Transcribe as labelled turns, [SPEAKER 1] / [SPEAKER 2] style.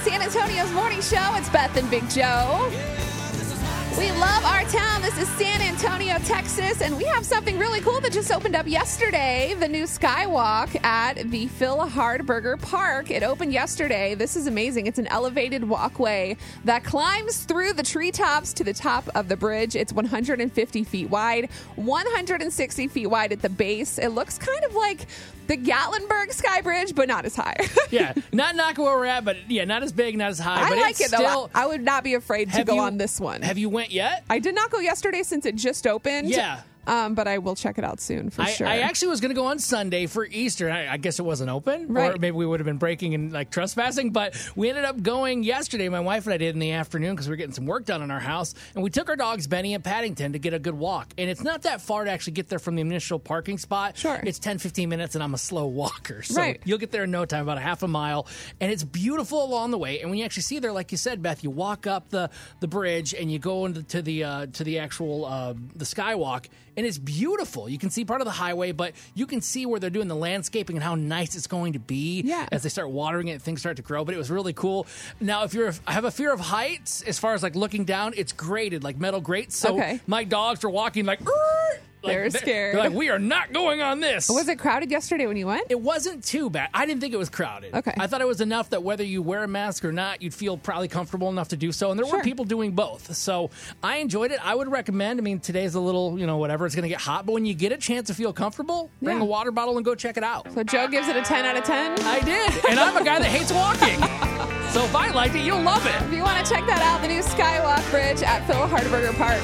[SPEAKER 1] San Antonio's morning show. It's Beth and Big Joe. We love our town. This is San Antonio, Texas, and we have something really cool that just opened up yesterday the new skywalk at the Phil Hardburger Park. It opened yesterday. This is amazing. It's an elevated walkway that climbs through the treetops to the top of the bridge. It's 150 feet wide, 160 feet wide at the base. It looks kind of like the Gatlinburg Sky Bridge, but not as high.
[SPEAKER 2] yeah, not knocking where we're at, but yeah, not as big, not as high.
[SPEAKER 1] I
[SPEAKER 2] but
[SPEAKER 1] like
[SPEAKER 2] it's
[SPEAKER 1] it though.
[SPEAKER 2] still,
[SPEAKER 1] I I would not be afraid to
[SPEAKER 2] Have
[SPEAKER 1] go
[SPEAKER 2] you-
[SPEAKER 1] on this one.
[SPEAKER 2] Have you went yet?
[SPEAKER 1] I did not go yesterday since it just opened.
[SPEAKER 2] Yeah.
[SPEAKER 1] Um, but I will check it out soon for
[SPEAKER 2] I,
[SPEAKER 1] sure.
[SPEAKER 2] I actually was going to go on Sunday for Easter. I, I guess it wasn't open, or
[SPEAKER 1] Right.
[SPEAKER 2] maybe we would have been breaking and like trespassing. But we ended up going yesterday. My wife and I did in the afternoon because we were getting some work done in our house, and we took our dogs Benny and Paddington to get a good walk. And it's not that far to actually get there from the initial parking spot.
[SPEAKER 1] Sure.
[SPEAKER 2] it's 10, 15 minutes, and I'm a slow walker, so
[SPEAKER 1] Right.
[SPEAKER 2] you'll get there in no time, about a half a mile. And it's beautiful along the way. And when you actually see there, like you said, Beth, you walk up the the bridge and you go into to the uh, to the actual uh, the skywalk, and it's beautiful. You can see part of the highway, but you can see where they're doing the landscaping and how nice it's going to be
[SPEAKER 1] Yeah.
[SPEAKER 2] as they start watering it. Things start to grow, but it was really cool. Now, if you're I have a fear of heights, as far as like looking down, it's graded like metal grates. So
[SPEAKER 1] Okay.
[SPEAKER 2] my dogs are walking like. "Err!" Like,
[SPEAKER 1] They're scared.
[SPEAKER 2] like, we are not going on this.
[SPEAKER 1] was it crowded yesterday when you went?
[SPEAKER 2] It wasn't too bad. I didn't think it was crowded.
[SPEAKER 1] Okay.
[SPEAKER 2] I thought it was enough that whether you wear a mask or not, you'd feel probably comfortable enough to do so. And there were
[SPEAKER 1] Sure.
[SPEAKER 2] people doing both. So I enjoyed it. I would recommend, I mean, today's a little, you know, whatever, it's going to get hot. But when you get a chance to feel comfortable, bring
[SPEAKER 1] Yeah.
[SPEAKER 2] a water bottle and go check it out.
[SPEAKER 1] so Joe gives it a 10 out of 10.
[SPEAKER 2] I did. And I'm a guy that hates walking. So if I liked it, you'll love it.
[SPEAKER 1] If you want to check that out, the new Skywalk Bridge at Phil Hardberger Park.